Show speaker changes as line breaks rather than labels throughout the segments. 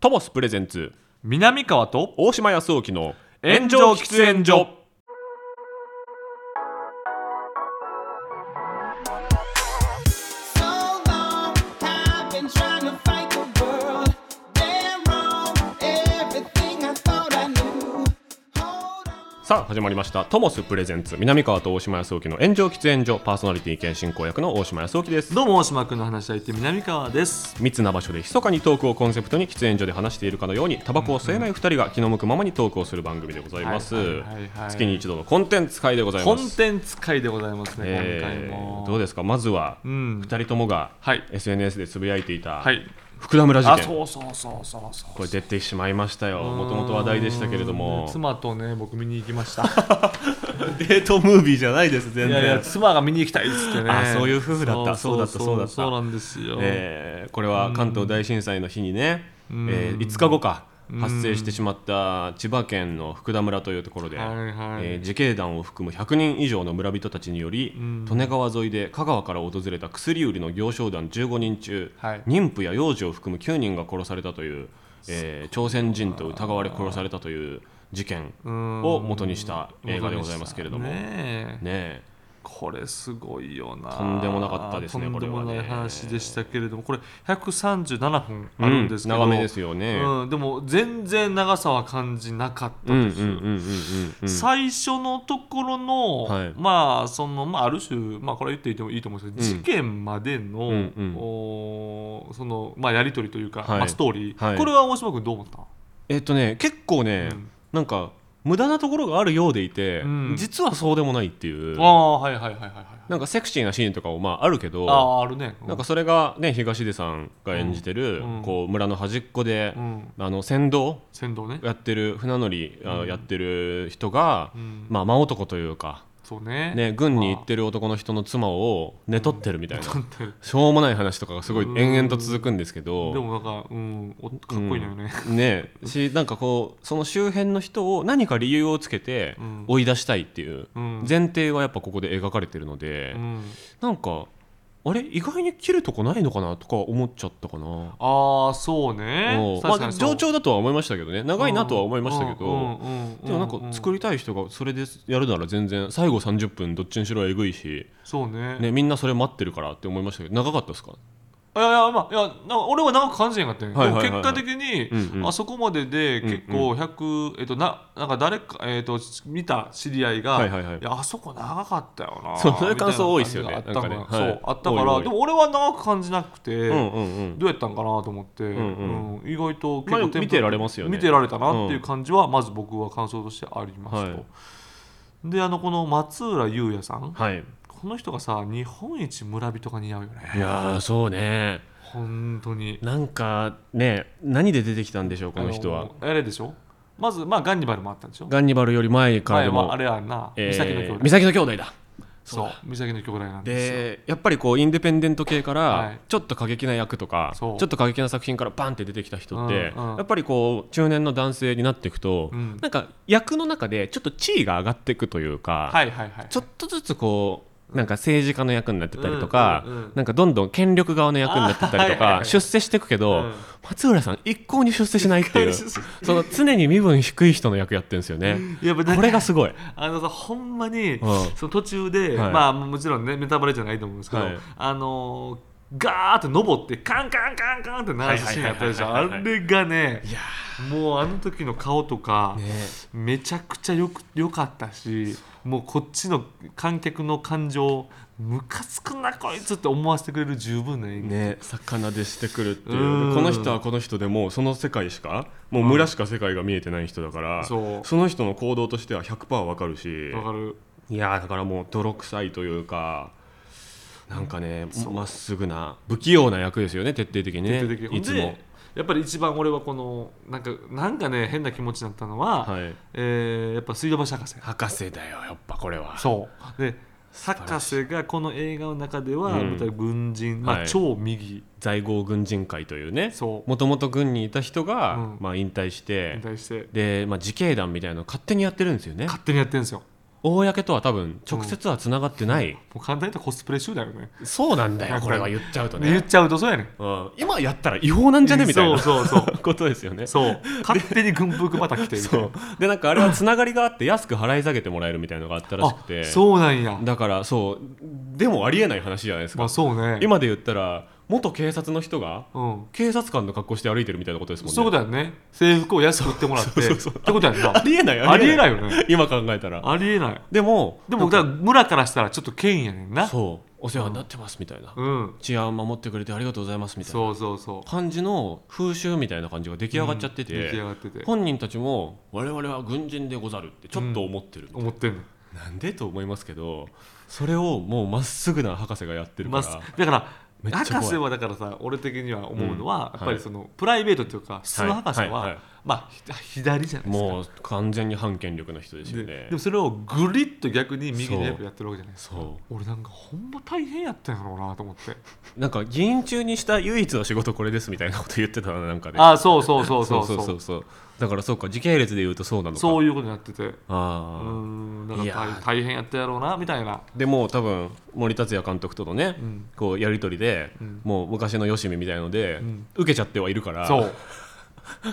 トモスプレゼンツ
南川と
大島康沖の
炎上喫煙所
さあ始まりましたトモスプレゼンツ南川と大島康沖の炎上喫煙所パーソナリティ兼進行役の大島康沖です
どうも大島君の話し相手南川です
密な場所で密かにトークをコンセプトに喫煙所で話しているかのようにタバコを吸えない2人が気の向くままにトークをする番組でございます、
はいはいはいはい
月に一度のコンテンツ会でござい
コ
ま
ン
す
テンツ会でございますね、
え
今回
ー
も
どうですかまずは
うん
2人ともが
はい
SNS でつぶやいていた
はい
福田村事
あ
件
そうそうそうそうそう
これ出てしまいましたよもともと話題でしたけれど
う
も
ん妻とね僕見に行きました
デートムービーじゃないです全
いやいや妻が見に行きたいっつってね
あそういう夫婦だったそうだったそうだった
そうなんですよ、
えーこれは関東大震災の日にね、
ん
えー5日後か発生してしまった千葉県の福田村というところで、
はいはい
えー自警団を含む100人以上の村人たちにより、利根川沿いで香川から訪れた薬売りの行商団15人中、
はい
妊婦や幼児を含む9人が殺されたという、えー朝鮮人と疑われ殺されたという事件
うん
を元にした映画でございますけれども。ね
ねえ
え
これすごいよな
とんでもなかったですね
とんでも
これは
な
いね
話でしたけれどもこれ137分
う
あるんですけど、
長めですよね。
うん、でも全然長さは感じなかったです、
うんうんうんうんうんうん
最初のところの、
はい
まあそのまあある種まあこれは言っていてもいいと思うんですけど、事件までの、
うんうん
おーそのまあやり取りというか、
はい
まあ、ストーリー、
はい
これは大島君どう思った？
えっとね結構ね、
うん
なんか無駄なところがあるようでいて、
うん
実はそうでもないっていう
ああはいはいはいはいはいはい。
なんかセクシーなシーンとかもまああるけ
あ
ど
あーあるね。う
なんかそれがね東出さんが演じてる、
うんうん
こう村の端っこで
う、ん
あの船頭
先導ね。
やってる船乗り、あやってる人が、
うん
まあ真男というか、
そうね。
ね、軍に行ってる男の人の妻を寝取ってるみたいな、
撮ってる
しょうもない話とかがすごい延々と続くんですけど。
でもなんかうんおかっこいいのよね。
ねしなんかこうその周辺の人を何か理由をつけて
うん
追い出したいっていう
うん
前提はやっぱここで描かれてるので、
うん
なんかあれ意外に切るとこないのかなとか思っちゃったかな。
ああそうね
うん。
確
ま
か
あ、
にそう
上調だとは思いましたけどね長いなとは思いましたけどで
で
もなんか作りたい人がそれでやるなら全然最後30分どっちにしろえぐいし、
そうね
ね、みんなそれ待ってるからって思いましたけど長かったですか
いやいやまあいやなんか俺は長く感じへんかったんや
はい
で
は
も
いはい
結
はい
果的に、
うんうん
あそこまでで結構100、えっとななんか誰かえっと見た知り合いが、
はいはいはい
やあそこ長かったよな
そうそういう感想多いっすよね
みたいな感じがあっ
な
たか
んかね
ら、
はい
そうあったから
多い多い
でも俺は長く感じなくて、
うんうんうん
どうやったんかなと思って、
んうん
うん意外と
まあ
テンポ
見てられますよね
見てられたなっていう感じはまず僕は感想としてありますと、
はい
であのこの松浦優也さん
はい
この人がさ日本一村人が似合うよ
い
ね
やーそうね
本当に
なんかね何で出てきたんでしょうこの人は
あのあれでしょまずまあガンニバルもあったんでしょ
ガンニバルより前から
前
で
は
も
あれやんな、
えー
三崎の兄弟
三崎の兄弟だ
そう三崎の兄弟なんですよ
でやっぱりこうインディペンデント系か
は
ら
い
ちょっと過激な役とかち
そ
ょ
う
っと過激な作品からバンって出てきた人って
うんうん
やっぱりこう中年の男性になっていくと
うん
なんか役の中でちょっと地位が上がっていくというか
はいはいはい
ちょっとずつこうなんか政治家の役になってたりとか
うんうんうん
なんかどんどん権力側の役になってたりと
あはいはい
か
はい
出世していくけ
う
ど
ん
松浦さん一向に出世しないっていう
一向に出世し
その常に身分低い人の役やってるんですよね
やっぱなんか
これがすごい
あのさほんまに、
うん
その途中で、
はい
まあもちろんねネタバレじゃないと思うんですけど、
はい
あのーガーッと登ってカンカンカンカンって鳴らすシーンやったでしょ
はいは
あ
いはいはい
れがねもうあの時の顔とか、めちゃくちゃよくよかったしもうこっちの観客の感情ムカつくなこいつって思わせてくれる十分な演技、
ね魚でしてくるっていう
うん
この人はこの人でもうその世界しかもう村しか世界が見えてない人だから、
そう
その人の行動としては100%わかるし
わかる
いやーだからもう泥臭いというかなんかねまっすぐな不器用な役ですよね徹底的にね
徹底的に
いつも
で。やっぱり一番俺はこのなんかなんかね変な気持ちだったのは、
はい
えーやっぱ水道橋博士
博士だよやっぱこれは
そうで博士がこの映画の中では、
うん
舞台軍人、まあ
はい
超右
在郷軍人会というね
そう
もともと軍にいた人が、
うん
まあ、引退して
に対して
で、まあ、自警団みたいなのを勝手にやってるんですよね
勝手にやってるんですよ
公とは多分直接はつながってない、
う簡単に言うとコスプレ集だよね
そうなんだよこれは言っちゃうと
言
ね、
っちゃうとそうやねん
うん、今やったら違法なんじゃねみたいな
そうそうそう
ことですよね
そう勝手に軍服また来てるみたい
そうでなんかあれはつながりがあって安く払い下げてもらえるみたいなのがあったら
な
しくて
あそうなんや
だからそうでもありえない話じゃないですか、
まあそうね
今で言ったら元警察の人が
うん
警察官の格好して歩いてるみたいなことですもんね
そういうことやんね制服を安く売ってもらって
そうそうそう
ってことやんな
ありえない
ありえないよね
今考えたら
ありえない
でも
でも
な
だ
ん
か
から
村からしたらちょっと権威やねんな
そうお世話になってますみたいな、
うん
治安守ってくれてありがとうございますみたいな
そうそうそう
感じの風習みたいな感じが出来上がっちゃってて、
うん出来上がってて
本人たちも我々は軍人でござるってちょっと思ってる、
思ってんの
なんでと思いますけどそれをもうまっすぐな博士がやってるか
ま
ら、
あだか
めっち
ら
ゃ怖い
博士はだからさ俺的には思うのは、
うん
やっぱりそのプライベートというか普通の博士は、
はいはい
まあひ左じゃないですか
もう完全に反権力の人ですよ
で
ね
でもそれをぐりっと逆に右にやってるわけじゃないですか
そ
俺なんかほんま大変やったんやろうなと 思って、
うなんか議員中にした唯一の仕事これですみたいなこと言ってたななんかね
ああそうそうそうそうそうそう
そうそうだからそうか時系列で言うとそうなのか
いうことになっててう
あ
ー
あ、
んなんか
いやー
大大変やったやろうなみたいな
でもう多分森達也監督とのね、
うん
こうやり取りで、
うん
もう昔のよしみみたいので、
ん
受けちゃってはいるから
そう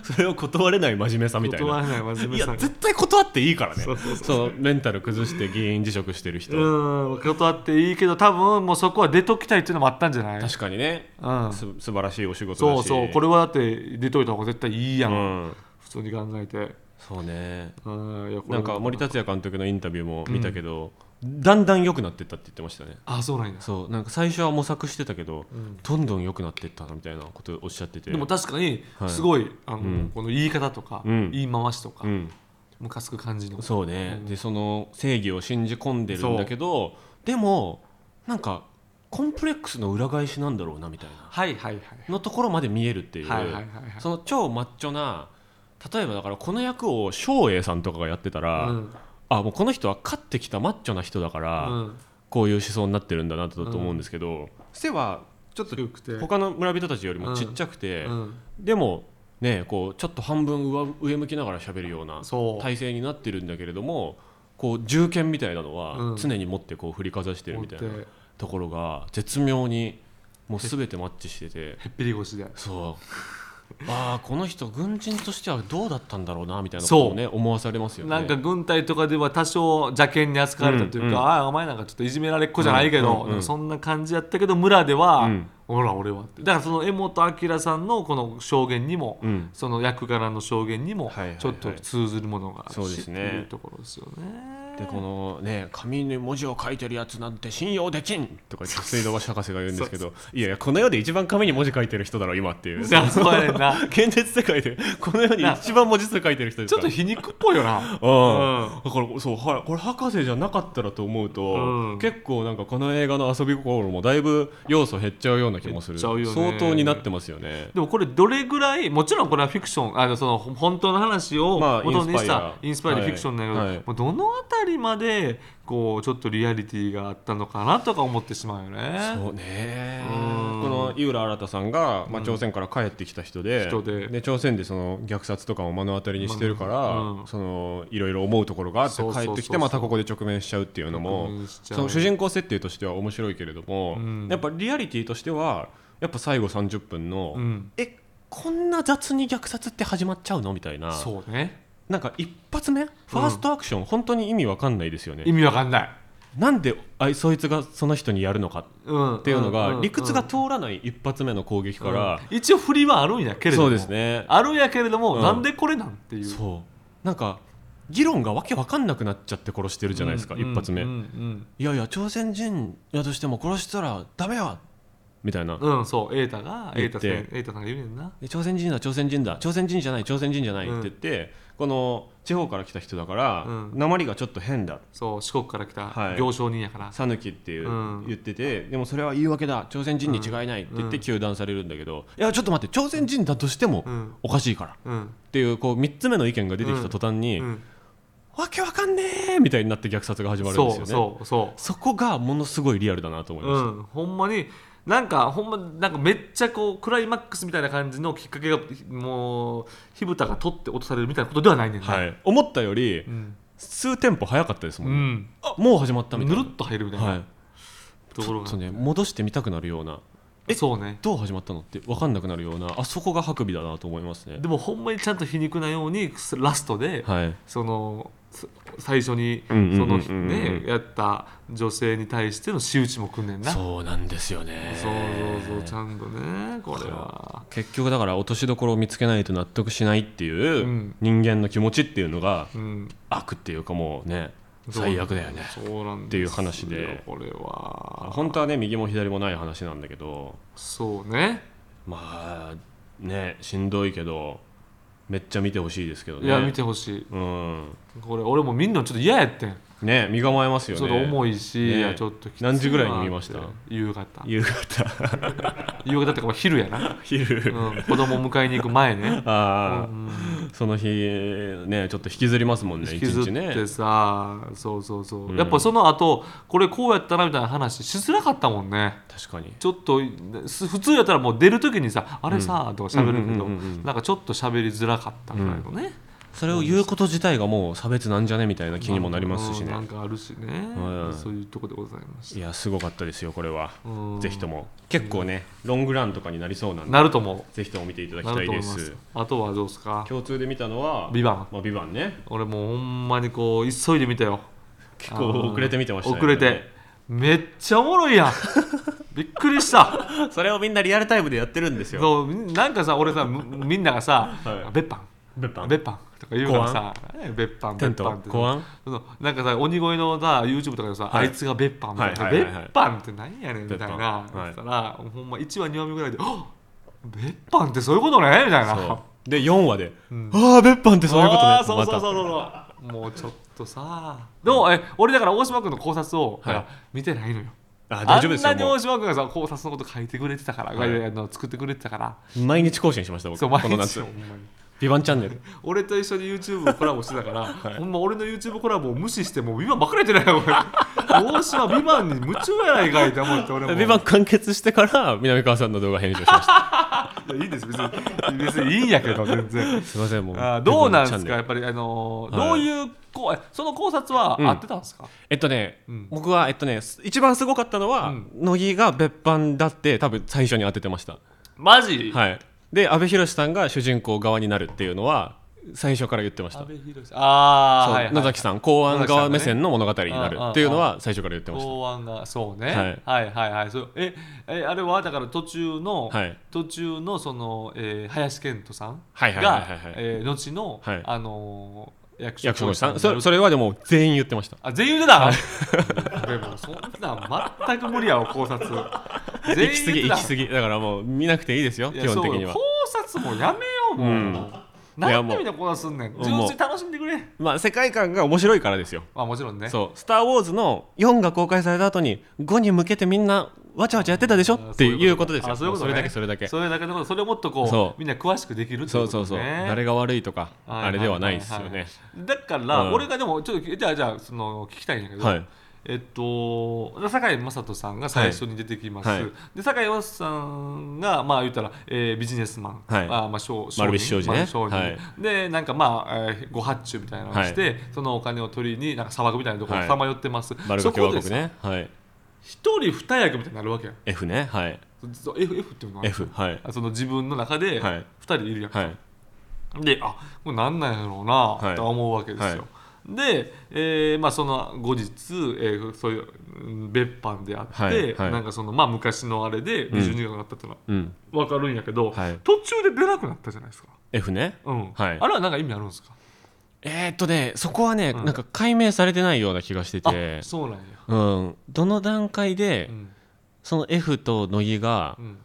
それを断れない真面目さみたい
断
な
らない真面
い
目
や
さが
絶対断っていいからね
そうそうそう
そのメンタル崩して議員辞職してる人、
うん断っていいけど多分もうそこは出ときたいっていうのもあったんじゃない
確かにね、
うん、
す素晴らしいお仕事
そ
だ
う
し
そうこれはだって出といた方が絶対いいやん、
うん、
普通に考えて
そうね
うんいやこれ
なんか森達也監督のインタビューも見たけど、だんだん良くなってったって言ってましたね
あそうなんや
そうなんか最初は模索してたけど、
ん
どんどん良くなってったなみたいなことをおっしゃってて
でも確かに
はい
すごい、あの
ん
この言い方とか、
うん
言い回しとか、
うん、
ムカつく感じの
そうね、
うん
でその正義を信じ込んでるんだけどでもなんかコンプレックスの裏返しなんだろうなみたいな
はいはいはい
のところまで見えるっていう、
はいはいはいはい
その超マッチョな例えばだからこの役を照英さんとかがやってたら、
うん
あもうこの人は勝ってきたマッチョな人だから、
うん
こういう思想になってるんだなとと思うんですけど、背はちょっと
強くて
他の村人たちよりもちっちゃくて、
うん
でもねこうちょっと半分上上向きながら喋るような
そう
体制になってるんだけれどもこう銃剣みたいなの
う
は
ん
常に持ってこう振りかざしてる
思っ
みた
て
いなところが絶妙にもう全てマッチしてて
へっぴり腰で
そう ああこの人軍人としてはどうだったんだろうなみたいなことをね思わされますよね。
なんか軍隊とかでは多少邪険に扱われたというか、
うんうん
ああお前なんかちょっといじめられっ子じゃないけ
うんうん
ど、
うん
なんかそんな感じやったけど村では、
うん
ほら俺はってだからその江本明さんのこの証言にも、
うん
その役柄の証言にも
はいはいはい
ちょっと通ずるものがあるし、
そうですね
っていうところですよね。
でこのね紙に文字を書いてるやつなんて信用できんとか言って水道橋博士が言うんですけどいやいやこの世で一番紙に文字書いてる人だろ今っていう
じゃあそうやねんな
現実世界でこの世に一番文字数書いてる人です
ちょ
か
っ
ら
と皮肉っぽいよな。
うん、だからそうはいこれ博士じゃなかったらと思うと、
うん
結構なんかこの映画の遊び心もだいぶ要素減っちゃうような気もする
減っちゃうよね
相当になってますよね
でもこれどれぐらいもちろんこれはフィクションあのそのほ本当の話を
まあ
元にした
イ
イ
ン
ン
ス
ス
パ
パ
イ
イ
ア
アフィクションだけど、
はいはい
もうどの辺りまでこうちょっとリアリティがあったのかなとか思ってしまうよね。
そうね
うん
この井浦新さんが、まあ、朝鮮から帰ってきた人で,、
人で
朝鮮でその虐殺とかを目の当たりにしてるから、
うん
そのいろいろ思うところがあって
そうそうそう
帰
そう
ってきてまたここで直面しちゃうっていうのも
直面しちゃう
その主人公設定としては面白いけれども、
うん
やっぱリアリティとしてはやっぱ最後30分の、
うん
えこんな雑に虐殺って始まっちゃうのみたいな
そうね
なんか一発目ファーストアクション、本当に意味わかんないですよね
意味わかんない。
なんであいそいつがその人にやるのか
うん、っ
っていうのが理屈が通らない一発目の攻撃から、
一応振りはあるんやけれど
そう
も
ですね
あるんやけれども、
うん
なんでこれなんていう
そうなんか議論がわけわかんなくなっちゃって殺してるじゃないですか、
うん
一発目、
うんうん
いやいや朝鮮人やとしても殺したらダメやみたいな、
うん、うんそうエータがエ
言っ
ータさん
て
エータさんが言うねんな
で朝鮮人だ朝鮮人だ朝鮮人じゃない朝鮮人じゃないって言って、この地方から来た人だから、
うん
鉛がちょっと変だ
そう四国から来
は
た
い
行商人やから、
讃岐っていう、
うん
言っててでもそれは言い訳だ朝鮮人に違いないって言って糾弾されるんだけど、いやちょっと待って朝鮮人だとしても
うん
おかしいからっ
うん
ていうこう3つ目の意見が出てきた途端に、
うん、
わけわかんねえみたいになって虐殺が始まるんですよね
そうそうそう
そこがものすごいリアルだなと思いま
う
した、
ん、ほんまになんかほんまなんかめっちゃこうクライマックスみたいな感じのきっかけがもう火蓋が取って落とされるみたいなことではないねんな、
はい、思ったより、
うん
数店舗早かったですも
うん
ね、
ん、
あもう始まったみ
ぬ
たい
る
な
っと入るみたいな、
はい
ところが
そうね戻してみたくなるようなえ
そうね
どう始まったのって分かんなくなるようなあそこがハクビだなと思いますね
でもほんまにちゃんと皮肉なようにラストで、
はい
そのす最初にそ
うんうんうんうんう
の
ん
ねやった女性に対しての仕打ちも組んねんなそう
そうなんですよね
そうそうちゃんとねこれは
結局だから落としどころを見つけないと納得しないっていううん人間の気持ちっていうのが
うん
悪っていうかもうね最悪だよね
そうなんです
ってい
よ
う話で
これは
本当はね右も左もない話なんだけど
そうね
まあねしんどいけどめっちゃ見てほしいですけどね
いや見てほしい
うん
これ俺も見んのちょっと嫌やってん
ね身構えますよ
ち
ね
ょっと重いし、
ね
いやちょっときついな
何時ぐらいに見ました
って夕方
夕方
夕方ってかまあ昼やな、
昼、
うん、子供迎えに行く前ね、う
ああ、
ん、
その日ねちょっと引きずりますもんね
引
一
きずっ
日ね
てさ、そうそうそう、
うん
やっぱその後これこうやったなみたいな話しづらかったもんね
確かに
ちょっとす普通やったらもう出る時にさあれさ、とか喋るけど、
うんうんうんうんうん
なんかちょっと喋りづらかったぐらいのね、
それを言うこと自体がもう差別なんじゃねみたいな気にもなりますし
うんな
ね
んかあるしね、
うん
そういうとこでございまし
いやすごかったですよこれは
た、うん
ぜひとも結構ねロングランとかになりそうなんで
なると思
ぜひとも見ていただ
う
き
な
た
る
い
と思
で
います
す
あとはどうですか
共通で見たのは
「ビバン
まあ、ビバンね
俺もうほんまにこう急いで見たよ
結構遅れて見てましたね
遅れてめっちゃおもろ いやんびっくりした
それをみんなリアルタイムでやってるんですよ
そうみなんかさ俺さむみんながさ
はい
「別班
別班
別班」とか言うからさえ「別班
テン
別
ト
班」って
公安
そのなんかさ鬼越のさ YouTube とかでさ、
はい
あいつが別班みたいな、
はいはいはいはい
別班って何やねんみたいな
別班はい
言ったら、ほんま1話2話目ぐらいであ「別班ってそういうことね」みたいな
そうで4話で、ああ別班ってそういうことね
あーそうそうそう
ま
そうそうもうちょっとさでもえ俺だから大島君の考察を、
はい
見てないのよ
たあ
あ
大丈夫で
ん
すよ
なに
も
大島君がさ考察のこと書いてくれてたから、
はい
あの作ってくれてたから
う毎日更新しました僕
そう
こ
毎
の
日
夏
ほんまに
ビバンチャンネル
俺と一緒に YouTube をコラボして たから、ほんま俺の YouTube コラボを無視してもうビバンばっかりやってない よ俺大島ビバンに夢中やないかいと思って俺も
ビバン完結してから南川さんの動画編集しました
いやいいんです別に別にいいんやけど全然
すいませ んもう
あーどうなんです
ビバンチャン
か
ネ
や
ル
っぱりあのー
はい
どういうこうえその考察は
うん
合ってたんですか、
えっとね、
うん
僕はえっとねす一番すごかったのは、
うん
乃木が別班だって多分最初に当ててました
マジ
はいで阿部寛さんが主人公側になるっていうのは最初から言ってました
阿部寛さんああ、
そう
はいはい
野崎さん公安側目線の物語になるっていうのは最初から言ってまし
公安がそうね、
はい
はい、はいはいそうええあれはだから途中の、
たはい
途中のその、えー、林遣都さん
はいはいはい
が
はいはい
えー後の、
はい
あのー役所
役所広司
広司
さん
にな
そ
る
れそれはでも全員言ってました
あ全員言うてた でもそんなん全く無理やわ考察全
行き過ぎ行
員言うてた
き過ぎだからもう見なくていいですよ
い
基
や
本的には
そうよ考察もやめようもう、
うんい
な
や
ん
も
で
う
みんな考察すんねん
もう
純粋に楽しんでくれ
まあ世界観が面白いからですよ
まあもちろんね
そう「スター・ウォーズ」の4が公開された後に5に向けてみんなわちゃわちゃやってたでしょ
あ
っていうことですよ
あそういうこと
も
ね
うそれだけそれだけ
それだけのことそれをもっとこ
そう
みんな詳しくできるって
そ
こ
うそ
と
うそう
ね
誰が悪いとか
はいはい
あれではないですよね
だから、
うん
俺がでもちょっとじゃあじゃあその聞きたいんだけど、
はい
えっと堺雅人さんが最初に出てきます、
はいはい
で堺雅人さんがまあ言ったら、えービジネスマン、
はい
あーまあ商商人
丸菱商事ね
丸商人
はい
でなんかまあ、えーご発注みたいなのをして、そのお金を取りになんか砂漠みたいなところ
は
に
い
さまよってます、
バル
そ
ガ共
こ
和
で
国
さ
ねはい
一人二役みたいになるわけやん
F ねはい
F, F っていうのは
F はい
あその自分の中で
は
二
い
人いるやん、
はい
であこれなんなんやろうな、
はい
とは思うわけですよ。で、えーまあ、その後日、えーそういううん別班であって、
はいはい
なんかそのまあ昔のあれで
ん
20年間だったってのは
うん
分かるんやけど、
はい
途中で出なくなったじゃないですか。
F ね
うん
はい
あれはなんか意味あるんですか
えーっとねそこはね、
うん
なんか解明されてないような気がして
あ
て
そうなんや。
うん、どの段階で、
うん
その F と乃木が
うん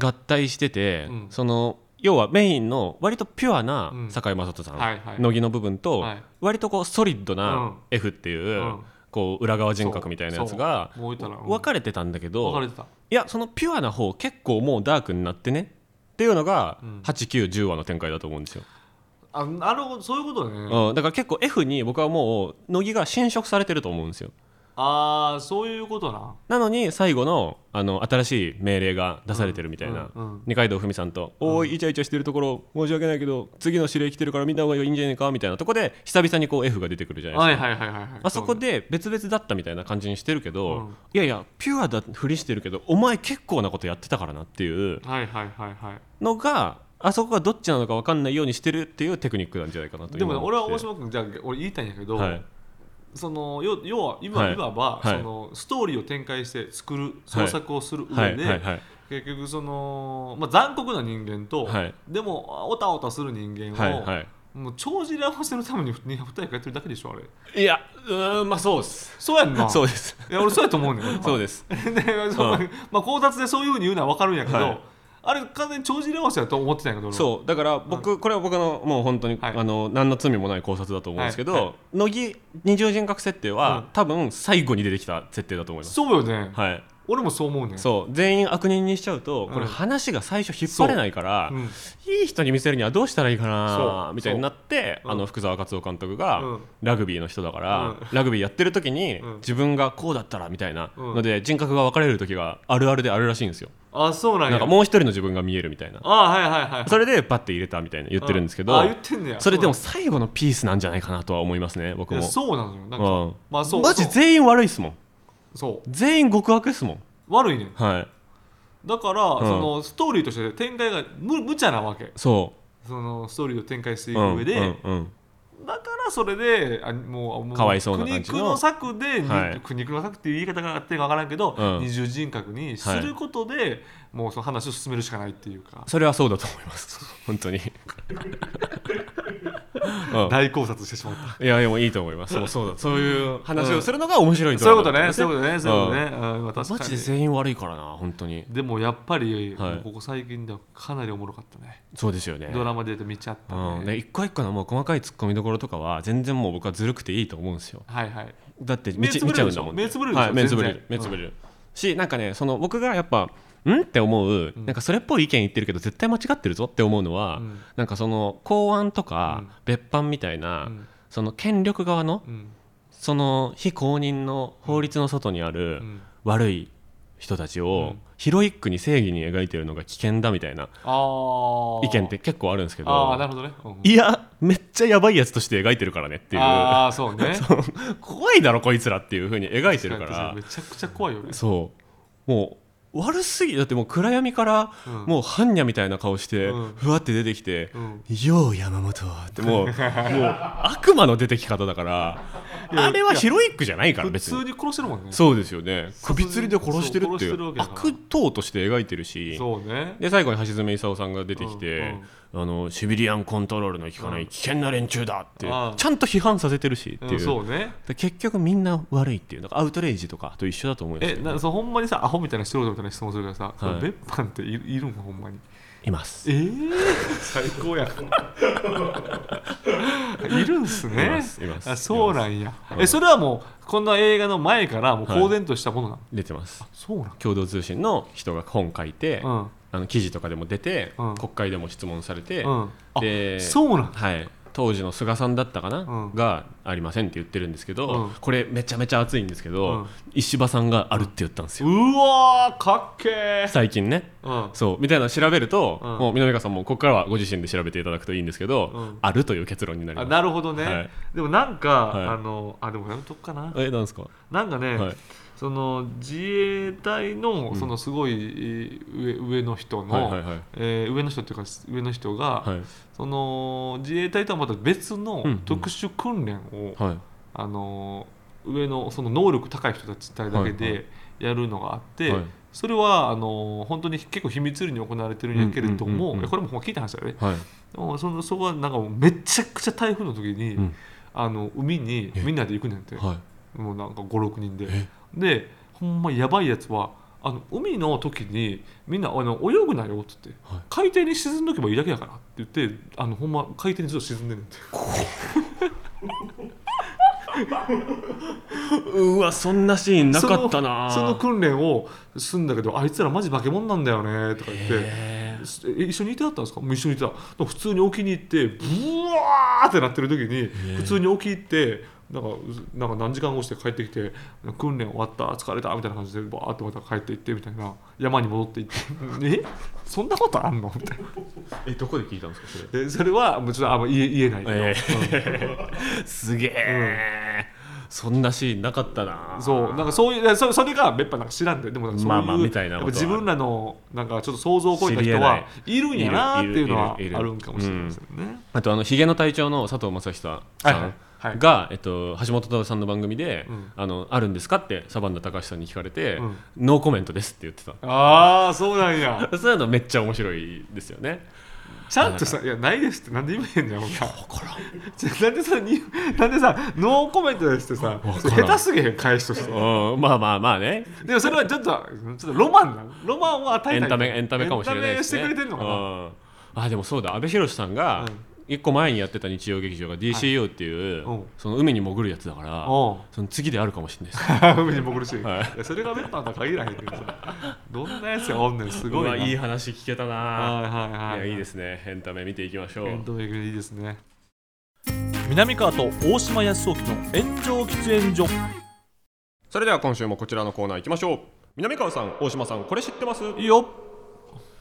合体してて、
うん
その要はメインの割とピュアな
うん
堺雅人さん、
はいはい
乃木の部分と、
はい
割とこうソリッド
うん
な F っていう、
うん
こう裏側人格みたいなやつが
そうもう言ったらうん
分かれてたんだけど、
分かれてた。
いやそのピュアな方結構もうダークになってねっていうのが、
うん
8910話の展開だと思うんですよ、
あなるほどそういうことね。
うんだから結構 F に僕はもう乃木が侵食されてると思うんですよ
ああそういうことな
なのに最後のあの新しい命令が出されてるみたいな、
うんうん
二階堂ふみさんと「おーいイチャイチャしてるところ申し訳ないけど次の指令来てるから見た方がいいんじゃないか」みたいなとこで久々にこう F が出てくるじゃないですか。
はいはいはいはいはい
あそこで別々だったみたいな感じにしてるけど、
うん
いやいやピュアだふりしてるけどお前結構なことやってたからなっていう
はいはいはいはい
のがあそこがどっちなのか分かんないようにしてるっていうテクニックなんじゃないかなと
でもね
今
俺は
思っ
大
て
島君じゃあ俺言いたいんやけど、
はい
その要要は今、
はい
いわば、
はい
そのストーリーを展開して作る創作をする上で、
はいはいはい
結局その、まあ、残酷な人間と、
はい
でもおたおたする人間を、
はいは
もう帳尻合わせるために二人がやってるだけでしょあれ
いいやうーんまあそう です
そうやん な
そうです
いや俺そうやと思うね ん
そうです
でその
う
まあ考察でそういうふうに言うのは分かるんやけど、
はい
あれ完全に帳尻合わせだと思ってたんやけど俺は
そうだから僕これは僕のもう本当に、
はい
あの何の罪もない考察だと思うんですけど、
はいは
乃木二重人格設定は、
うん
多分最後に出てきた設定だと思います、
そうよね、
はい、
俺もそう思うねん
そう全員悪人にしちゃうとこ
うん
れ話が最初引っ張れないから、
うん
いい人に見せるにはどうしたらいいか
そ
な
う
みたいになって、
そう
あ
うん
の福澤克雄監督が
うん
ラグビーの人だから、
うん
ラグビーやってる時に
うん
自分がこうだったらみたいな
うん
ので人格が分かれる時があるあるであるらしいんですよ、
あそうなんや
なんかもう一人の自分が見えるみたいな
あはいはいはい
それでバッて入れたみたいな言ってるんですけど、
ああ言ってんねや
それでも最後のピースなんじゃないかなとは思いますね僕
いや
も
そうなのよなんか、
うん
まあそう
マジ
そう
全員悪いっすもん
そう
全員極悪っすもん
悪いねん
はい
だから、
ん
そのストーリーとして展開が無無茶なわけ
そ
そのストーリーを展開していうく
うん
上で、
うんうん
だからそれであもうも
かわいそうな感じ
苦
の
肉の策で、に
はい
苦肉の策っていう言い方があってわからんけど、
うん
二重人格にすることで、もうその話を進めるしかないっていうか
それはそうだと思います 本当にうん
大考察してしまった
いやでもいいと思います。そうそうだ。そういう話をするのが面白い
そういうことねそういう
う
ことねそういうことね、うんまあ確か
マ
に
ジで全員悪いからな本当に。
でもやっぱり、
はい
もうここ最近ではかなりおもろかったね
そうですよね。
ドラマで言うと見ちゃったね、
うん。で一個一個のもう細かい突っ込みどころとかは全然もう僕はずるくていいと思うんですよ。
はいはい
だって見
目つ
ち
ぶ
見
れ
ちゃうん
るでし
だ
ょ
もんね。
目つぶれるでしょ
はい。目つぶれる
全
目
然
つぶれる。しなんかねその僕がやっぱ。んって思うなんかそれっぽい意見言ってるけど絶対間違ってるぞって思うのは、
うん
なんかその公安と
う
か
ん
別班みたいな、
うん
その権力側の
うん
その非公認の法律の外にある、
うん
悪い人たちを
うん
ヒロイックに正義に描いてるのが危険だみたいな
あー
意見って結構あるんですけ
ああな
ど
るほどね、うん
いやめっちゃやばいやつとして描いてるからねっていう
ああそう ね
怖いだろこいつらっていう風に描いてるか
確に
ら
めちゃくちゃ怖いよね
そうもう悪すぎだってもう暗闇から
うん
もう般若みたいな顔して
うん
ふわって出てきて
うん
「よう山本」ってもうも う悪魔の出てき方だから
いや
あれはい
や
ヒロイックじゃないから
普
別
通
に
に殺してるもんね
そうですよね
殺人
首吊りで殺してるってい
そう殺してるわ
う
けだから
悪党として描いてるし
そうね
で最後に橋爪功さんが出てきて、あのシビリアンコントロールの効かな
う
い
ん
危険な連中だって、
ああ
ちゃんと批判させてるしっ
う
てい
ん
う,、
そうね
で結局みんな悪いっていうなんかアウトレイジとかと一緒だと思うんです
え
よ、
なそうほんまにさアホみたいな素人みたいな質問するからさ、
はい
別班っていいるんほんまに
います
えー、最高や いるんす
い
ね
ますいます
あそうなんや
います
えそれはもうこんな映画の前からもう
はい
公然としたものなの、
出てます
そうなん
共同通信の人が本書いて、
うん
あの記事とかでも出て、
うん
国会でも質問されて、
うんあ
で
そうなん
はい、当時の菅さんだったかな、
うん
がありませんって言ってるんですけど、
うん
これめちゃめちゃ熱いんですけど、
うん
石破さんがあるって言ったんですよ、
うわーかっけー
最近ね
うん
そうみたいなの調べると、
うん
もう南川さんもここからはご自身で調べていただくといいんですけど、
うん
あるという結論になり
あ
ます
なるほどね、
はい
でもなんか、
はい
あのあでもやめとくかな
えなんですか、
なんかね、
はい
その自衛隊のそのすごいえー上上の人の、
はいはいはい
えー上の人っていうか上の人が、
はい
その自衛隊とはまた別の
うんうん
特殊訓練を、
はい
あの上のその能力高い人たちだけ
はいは
でやるのがあって、
はい
それはあの本当に結構秘密裏に行われてるんやけれど
うんうんうん
も、
うん
いやこれもほんま聞いた話だよね
はい
でもそのそこはなんかもうめちゃくちゃ台風の時に、
うん
あの海に
え
みんなで行くねんて、
はい
もうなんか56人で
え
でほんまやばいやつはあの海の時にみんなあの泳ぐなよっつって、
はい
海底に沈んどけばいいだけやからって言ってあのほんま海底にずっと沈んでんねんて
うわそんなシーンなかったな
そのその訓練をすんだけどあいつらマジ化け物なんだよねとか言って。
へー
え一緒にいてだったんですかもう一緒にいてた普通に沖に行ってブワーってなってる時に普通に沖行ってなんかうなんか何時間越して帰ってきて訓練終わった疲れたみたいな感じでバーッとまた帰っていってみたいな山に戻っていって えそんなことあんのみたいな
えどこで聞いたんですかそれ
えそれはもうちろんあんま言え言えないけど、
え すげえ、そんなシーンなかったな
そうなんかそういうそそれがやっぱなんか知らんででもなんかそういう、
まあまあみたいな
やっ
こと
ぱ
は
自分らのなんかちょっと想像を超えた
知り
人
得ない
はいるんやなっていうのはい
るいるいるいる
あるんかもしれないですよね。
あとあのヒゲの隊長の佐藤正久さん、
はいはいはい
が、えっと、橋本太郎さんの番組で、
うん
あのあるんですかってサバンナ高橋さんに聞かれて、
うん
ノーコメントですって言ってた
ああそうなんや。
そういうのめっちゃ面白いですよね
ちゃんとさ「いやないです」ってなんで言えへんねんほんまじゃあなんでさになんでさノーコメントですってさ
わからん
下手すぎへん返しとして
うんまあまあまあね
でもそれはちょっとちょっとロマンなのロマンを与えたい
エンタメエンタメかもしれないですね
エンタメしてくれてんのかな、
うんあでもそうだ阿部寛さんが
うん
一個前にやってた日曜劇場が DCU っていう、
うん
その海に潜るやつだから
おう
その次であるかもし れないです
海に潜るし、
はい
いやそれがメンバーとは限らへんけどさどんなやつがおんねんすごいう
わ
ない
い話聞けたな
はいはい
い
は
や
い
いいですねエンタメ見ていきましょう
エンタメいいですね
南川と大島康雄の炎上喫煙所
それでは今週もこちらのコーナー行きましょう南川さん大島さんこれ知ってます
いいよ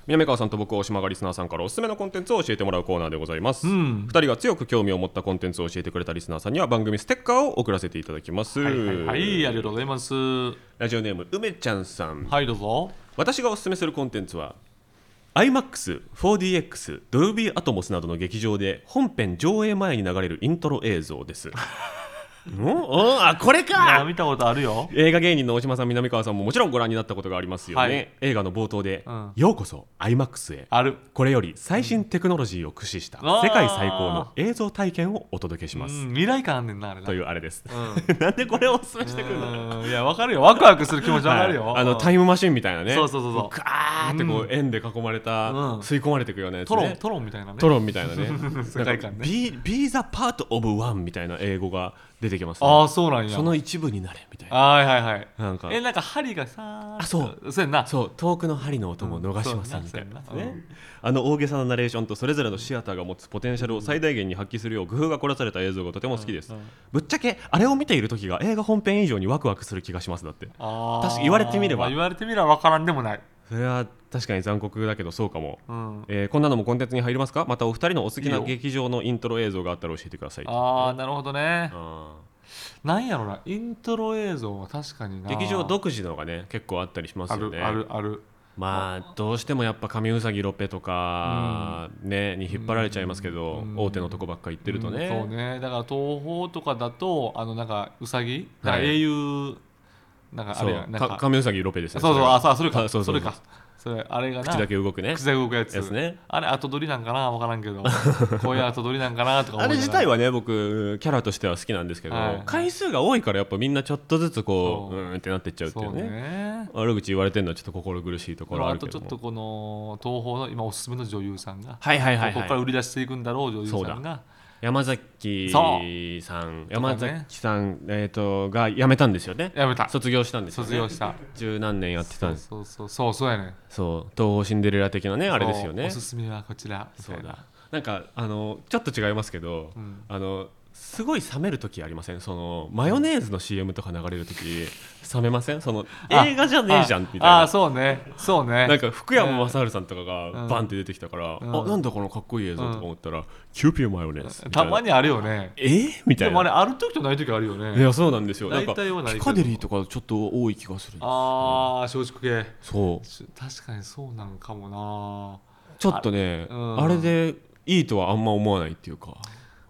南川さんと僕大島がリスナーさんからおすすめのコンテンツを教えてもらうコーナーでございます、
う
二
ん
人が強く興味を持ったコンテンツを教えてくれたリスナーさんには番組ステッカーを送らせていただきます、
はいはい、はい、ありがとうございますは
ラジオネーム梅ちゃんさん
いどうぞ
私がおすすめするコンテンツは iMAX4DX ドルビーアトモスなどの劇場で本編上映前に流れるイントロ映像 ですうんうんあこれ
い
か
や見たことあるよ
映画芸人の大島さん南川さんももちろんご覧になったことがありますよね、
はい
映画の冒頭で、
うん
ようこそ iMAX へ
ある
これより最新テクノロジーを駆使した
あー
世界最高の映像体験をお届けします、
うん、未来感あんねんなあれな
というあれです、
う ん、
なんでこれをおすすめしてくるの
うんいや、わかるよ。ワクワクする気持ちわかるよ。
はいあのタイムマシンみたいなね
そうそうそうそう
ガーってこう円で囲まれた、
うん
吸い込まれていくようなやつ、
ト
ね、
ロン、トロンみたいなね。
トロンみたいな ね
世界観ね
ビービーザパートオブワンみたいな英語が出てきます、ね、
ああ、そうなんや。
その一部になれみたいな
はいはいはい。
なんか
え、なんか針がさーっと、
あそう
そうやんな。
そう遠くの針の音も逃しません
うん
みたいな、
そうやな
ねあの大げさなナレーションとそれぞれのシアターが持つポテンシャルを最大限に発揮するよう工夫が凝らされた映像がとても好きです、
うんうん
ぶっちゃけあれを見ている時が映画本編以上にワクワクする気がしますだって
あー
確か言われてみれば
まあ言われてみればわからんでもない。
それは確かに残酷だけどそうかも、
うん。
えーこんなのもコンテンツに入りますかまたお二人のお好き
いい
な
よ
劇場のイントロ映像があったら教えてください
ああ、なるほどね。
あ
なんやろな、イントロ映像は確かに
ー
な。
劇場独自のがね結構あったりします
あ
よ
る
ね
あるある。
まあどうしてもやっぱ上うさぎロペとか、ねに引っ張られちゃいますけど、
うん
大手のとこばっか行ってるとね,、
うんそうねだから東宝とかだとあのなんかうさぎだ
はい
から英雄なんかあ
そう
れやなん
か
か
亀うさぎロペです
そ
ね
うそう
れ
あそうそれ
あ
か
そう
そ
そう
れ
そう
かそれあれがな
口だけ動くね
口だけ動くやつ
ですね
あれ後取りなんかなわからん けどこういう後取りなんかなとか思
あれ自体
は
はね僕キャラとしては好きなんですけど、
はい
回数が多いからやっぱみんなちょっとずつこう
そう
うーんってなってっちゃうってい
そうう
ね
ね
悪口言われてるのはちょっと心苦しいところあ
あ
るけ
とち
ど
ょっ
も
とこの東宝の今おすすめの女優さんが
はいはいはい
こ
は
こ
い
から売り出していくんだろう女優
そ
さ
うん
が
山崎さん
とか
山
ね
崎さん、えー、とが辞めたんですよね
やめた
卒業したんですよ、ね、
卒業した
十何年やってたんです
そうそうそうそうやね
そう東宝シンデレラ的なねあれですよ
そう
ね
おすすめはこちら
そう
みたいな
だなんかあのちょっと違いますけど、
ん
あのすごい冷める時ありませんそのマヨネーズの CM とか流れる時冷めませんその
あ
映画じゃねえじゃんみたい
ああ
な
ーそうねそうね
なんか福山雅治さんとかが
うん
バンって出てきたから、
ん
あなんだこのかっこいい映像とか思ったら、キューピーマヨネーズみい
た
な
まにあるよね
えみた
で
い
もあれ
な
ある時とない時あるよ
い
ね
やそうなんですよなんか
大体はないけ
ピ
ど
カデリーとかちょっと多い気がする
ああ松竹系
そう
ち確かにそうなんかも
ちょっとね
あ
あ,、
うん
れでいいとはあんま思わないっていうか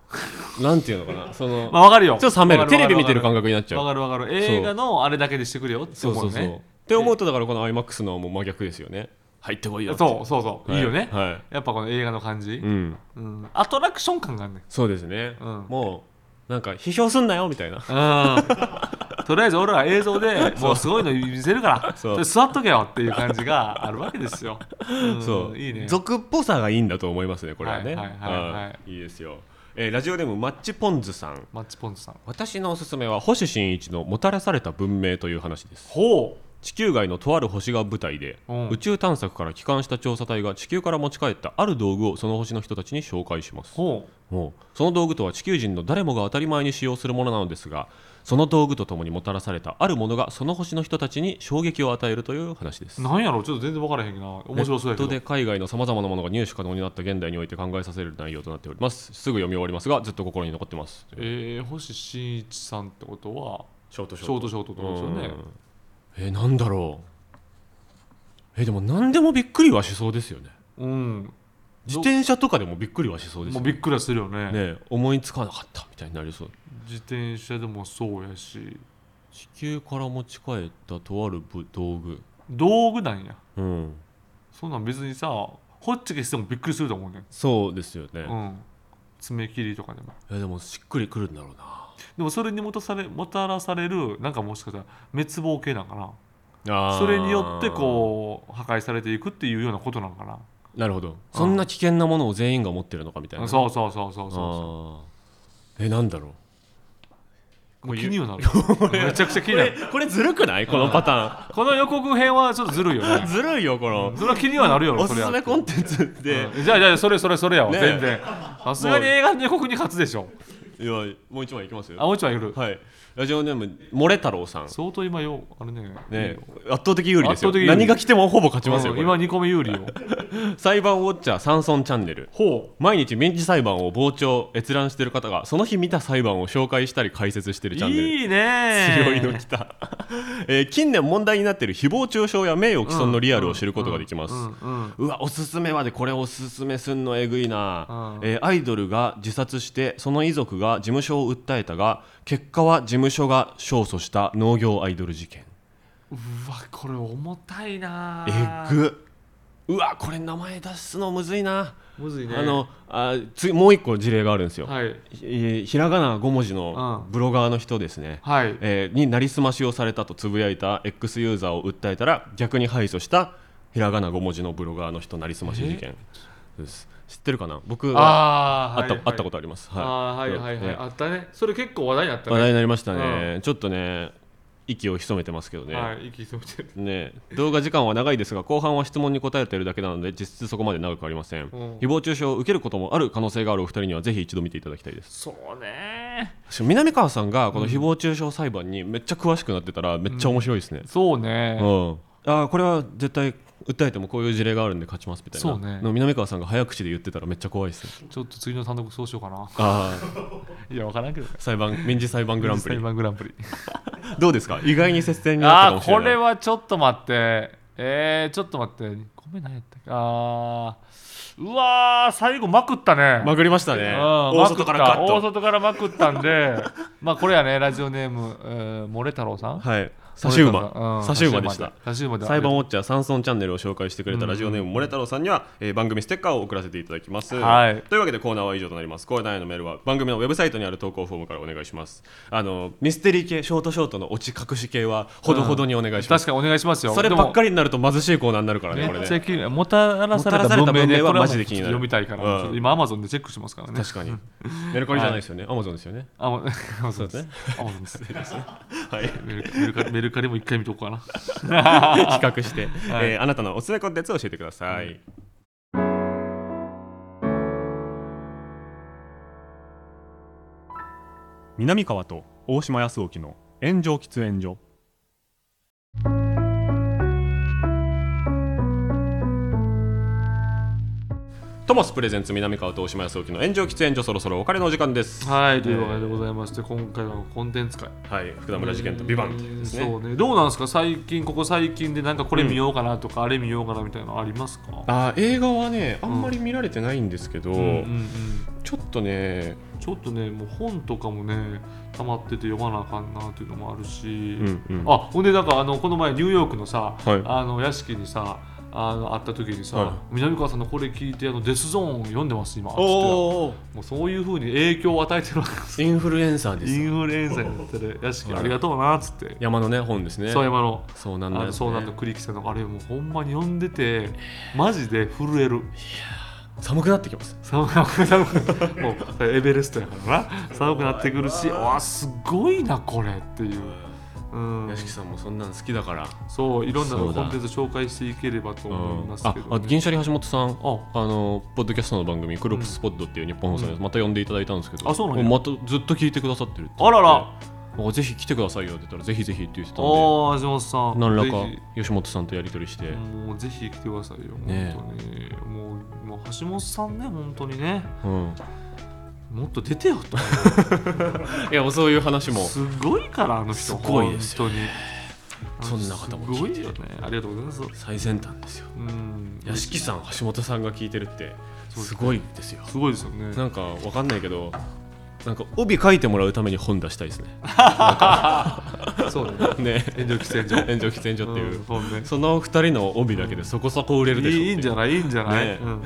なんていうのかなその、
なまあわかるよ
ちょっと冷める
わか
テレビ見てる
わ
感
か
覚になっちゃ
わ
う
かるわかる映画のあれだけでしてくれよって
そう
思
そううそう、っ
ね
て思うとだからこの iMAX のはもう真逆ですよね入ってこいよって
そうそうそう
はい
いよね
は
やっぱこの映画の感じ
いうん
うんアトラクション感があるね
そうですね、
うん
もうなんか批評すんなよみたいな
うんとりあえず俺らは映 像でもうすごいの見せるから
そう
それ座っとけよっていう感じがあるわけですよん
そう
いいね
俗っぽさがいいんだと思いますねこれはね
はいはいはいはい
うんいいですよ、えーラジオネームマッチポンズさん
マッチポンズさん
私のおすすめは星新一の「もたらされた文明」という話です
ほう
地球外のとある星が舞台で、
うん
宇宙探索から帰還した調査隊が地球から持ち帰ったある道具をその星の人たちに紹介します
ほ
おうその道具とは地球人の誰もが当たり前に使用するものなのですがその道具とともにもたらされたあるものがその星の人たちに衝撃を与えるという話です
うなんやろちょっと全然分からへんけどな面白そうやけど
ネットで海外のさまざまなものが入手可能になった現代において考えさせる内容となっておりますすぐ読み終わりますがずっと心に残ってます
えー、星新一さんってことは
ショート
ショートショートってことですよね
うんえなんだろうえでも何でもびっくりはしそうですよね
うん
自転車とかでもびっくりはしそうです
も
よ
う
ね
びっくりはするよね
ね思いつかなかったみたいになりそう
自転車でもそうやし
地球から持ち帰ったとあるぶ道具
道具なんや
うん
そんなん別にさホッチキスでもびっくりすると思うねん
そうですよね、
う
い
ん爪切りとかでも
やでもしっくりくるんだろうな
でもそれにもたされもたらされるなんかもしかしたら滅亡系なんかな
あー
それによってこう破壊されていくっていうようなことなのかな
なるほどそんな危険なものを全員が持ってるのかみたいな
そうそうそうそうそ
あーえなんだろう
うもう気にはなるめちゃくちゃ気になる
これずるくないこのパタ
この予告編はちょっと ずるいよ
ーン
ね
ずるいよこの、
それは気にはなるよ
お
そ
す
れ
す
は
めコンテンツって、
うんじゃあじゃあそれそれそれやわ、
ねえ
全然さすがに映画の予告に勝つでしょ
いやもう一枚いきます
あもちろんいる、
はいラジオネームモレ太郎さん
相当今よあれね
ね圧倒的有利ですよ
圧倒的有利
何が来てもほぼ勝ちますよ、
う
こ
ん
れ
今2個目有利よ
裁判ウォッチャーサンソンチャンネル
ほ
毎日民事裁判を傍聴閲覧してる方がその日見た裁判を紹介したり解説して
う
るチャンネル
いいね
強いの来た、えー近年問題になっている誹謗中傷や名誉毀損のリアルを知ることができます、
うんうん
うわおすすめまでこれおすすめすんのえぐいな、
うん
えーアイドルが自殺してその遺族が事務所を訴えたが結果は事務所が勝訴した農業アイドル事件
うわこれ重たいな
えぐうわこれ名前出すのむずいな、
むずいね
あのあ次もう一個事例があるんですよ、
はい
ひひらがな5文字の
うん
ブロガーの人ですね、
はい
えーになりすましをされたとつぶやいた X ユーザーを訴えたら逆に敗訴したひらがな5文字のブロガーの人なりすまし事件です知ってるかな僕は
あ
あった,、あったこととあります、
あ
は
ー
い
はいはいはい、
ね
あったねそれ結構話題になったね
話題になりましたね、ちょっとね息を潜めてますけどね、
はい息止めてる
ね、動画時間は長いですが後半は質問に答えているだけなので実質そこまで長くありません、
ん
誹謗中傷を受けることもある可能性があるお二人にはぜひ一度見ていただきたいです
そうね
南川さんがこの誹謗中傷裁判にめっちゃ詳しくなってたらめっちゃ面白いですね、
そうね、
うん、あーこれは絶対訴えてもこういう事例があるんで勝ちますみたいな
そうね
でも南川さんが早口で言ってたらめっちゃ怖いです ね
ちょっと次の単独そうしようかな
あー
いや分からんけど
裁判民事裁判グランプリ
裁判グランプリ
どうですか意外に接戦にな
あ
っ
あ
たかも
こ
しれ
れ
ない
はちょっと待ってえー、ちょっと待ってごめん何やったっけあーうわー最後まくったね
ま
く
ぐりましたね大
大外
外
か
かららガッ
大
と
外からまくったんで まあこれやねラジオネーム、えー、モレ太郎さん
はい差し馬
うん
差し馬でした
差し馬で
裁判ウォッチャーサンソンチャンネルを紹介してくれたラジオネームもれ太郎さんには、えー番組ステッカーを送らせていただきます、
はい
というわけでコーナーは以上となりますコーナーへのメールは番組のウェブサイトにある投稿フォームからお願いしますあのミステリー系ショートショートのオチ隠し系はほどほどにお願いします、
確かにお願いしますよ
そればっか
り
りになると貧しいコーナーになるからね、これ
めっちゃ
ね。
気になるもたらされ
も
た
たらされた文
文
明
明
ね
でこれ
はマ
は
ジで気になる
読みたいから、
うん
ちょっと今アマゾンでチェックしてますからね
確かに。メルカリじゃないですよね。アマゾンですよね。
あもアマゾンで
そう
す
で
アマゾンです
はい。比
メルカメルカメルカリも一回見とこうかな
較して、えーあなたのおすすめコンテンツを教えてください。
南川と大島康沖の炎上喫煙所
トモスプレゼンツ南川と大島康之の炎上喫煙所そろそろお別れのお時間です。は
はい、というわけでございまして、今回はコンテンツ会。
い。福田村事件とビバンというです
そ
ね。
うね。どうなんですか最近、ここ最近でなんかこれ見ようかなとか、あれ見ようかなみたいなのありますか
あー映画はねあんまり見られてないんですけど、
うんうん
ちょっとね、
うん、ちょっとね、もう本とかもね、溜まってて読まなあかんなというのもあるし、
うんうん
あほんで、なんかあのこの前、ニューヨークのさ、
はい
あの屋敷にさ、あの会った時にさ、
はい
南川さんのこれ聞いてあのデスゾーンを読んでます今つってたも
おお
うそういう風に影響を与えてるわけです
インフルエンサーで
イ
す。
ンフルエンザになってる屋敷ありがとうなっつって、
山のね本ですね。
そう山の
そうなんだ
あ
よね
のそうなんだ栗木さんのあれもうほんまに読んでてマジで震える
寒くなってきます。
寒く寒くもうエベレストやからな寒くなってくるしわあすごいなこれっていううん
屋敷さんもそんなん好きだから、
そういろんな
そうだ
コンテンツ紹介していければと思います
あ
けど、ね
あ銀シャリ橋本さんあ
あ
のポッドキャストの番組「クロップスポッド」っていう日本放送でまた呼んでいただいたんですけど、
うんあそうなんや
またずっと聞いてくださってるって
あらら
あぜひ来てくださいよって言ったらぜひぜひって言ってたんで
ああ橋本さん
何らか
ぜ
吉本さんとやり取りして、
ひもうぜひ来てくださいよ、
ねえ
本当にもうもう橋本さんね本当にね
うん、
もっと出てよと
いやそういう話も
すごいからあの人
すごいですよ
本当
そ
に
んな方も
すご
聞いて
いよねありがとうございます
最先端ですよ
うん
屋敷さん橋本さんが聞いてるって
そうですね
すごいですよ
すごいですよね
なんかわかんないけどなんか帯書いてもらうために本出したいですね
そうだ ね
ね
炎上喫煙 所
炎上喫煙所っていう、
うんそうね
その二人の帯だけでそこそこ売れるでしょって
いいいいんじゃないいいんじゃない、
ねえ
うん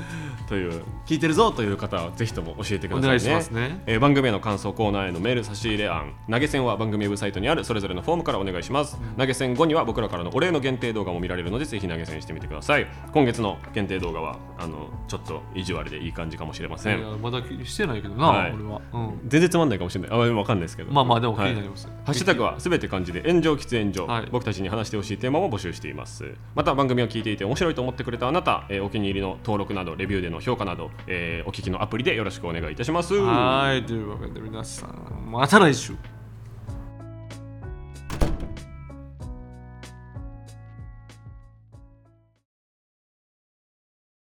という聞いてるぞという方はぜひとも教えてくださいね
お願いしますね
えー番組への感想コーナーへのメール差し入れ案投げ銭は番組ウェブサイトにあるそれぞれのフォームからお願いします、投げ銭後には僕らからのお礼の限定動画も見られるのでぜひ投げ銭してみてください今月の限定動画はあのちょっと意地悪でいい感じかもしれませ
い
ん
やまだしてないけどな、
はい
俺は、うん、
全然つまんないかもしれないあでもわかんないですけど
まあまあでも気
はい
になります、
ハッシュタグはすべて漢字で炎上喫煙所、
はい
僕たちに話してほしいテーマも募集していますまた番組を聞いていて面白いと思ってくれたあなた、えーお気に入りの登録などレビューでの評価など、えーお聞きのアプリでよろしくお願いいたします
はいというわけで皆さんまた来週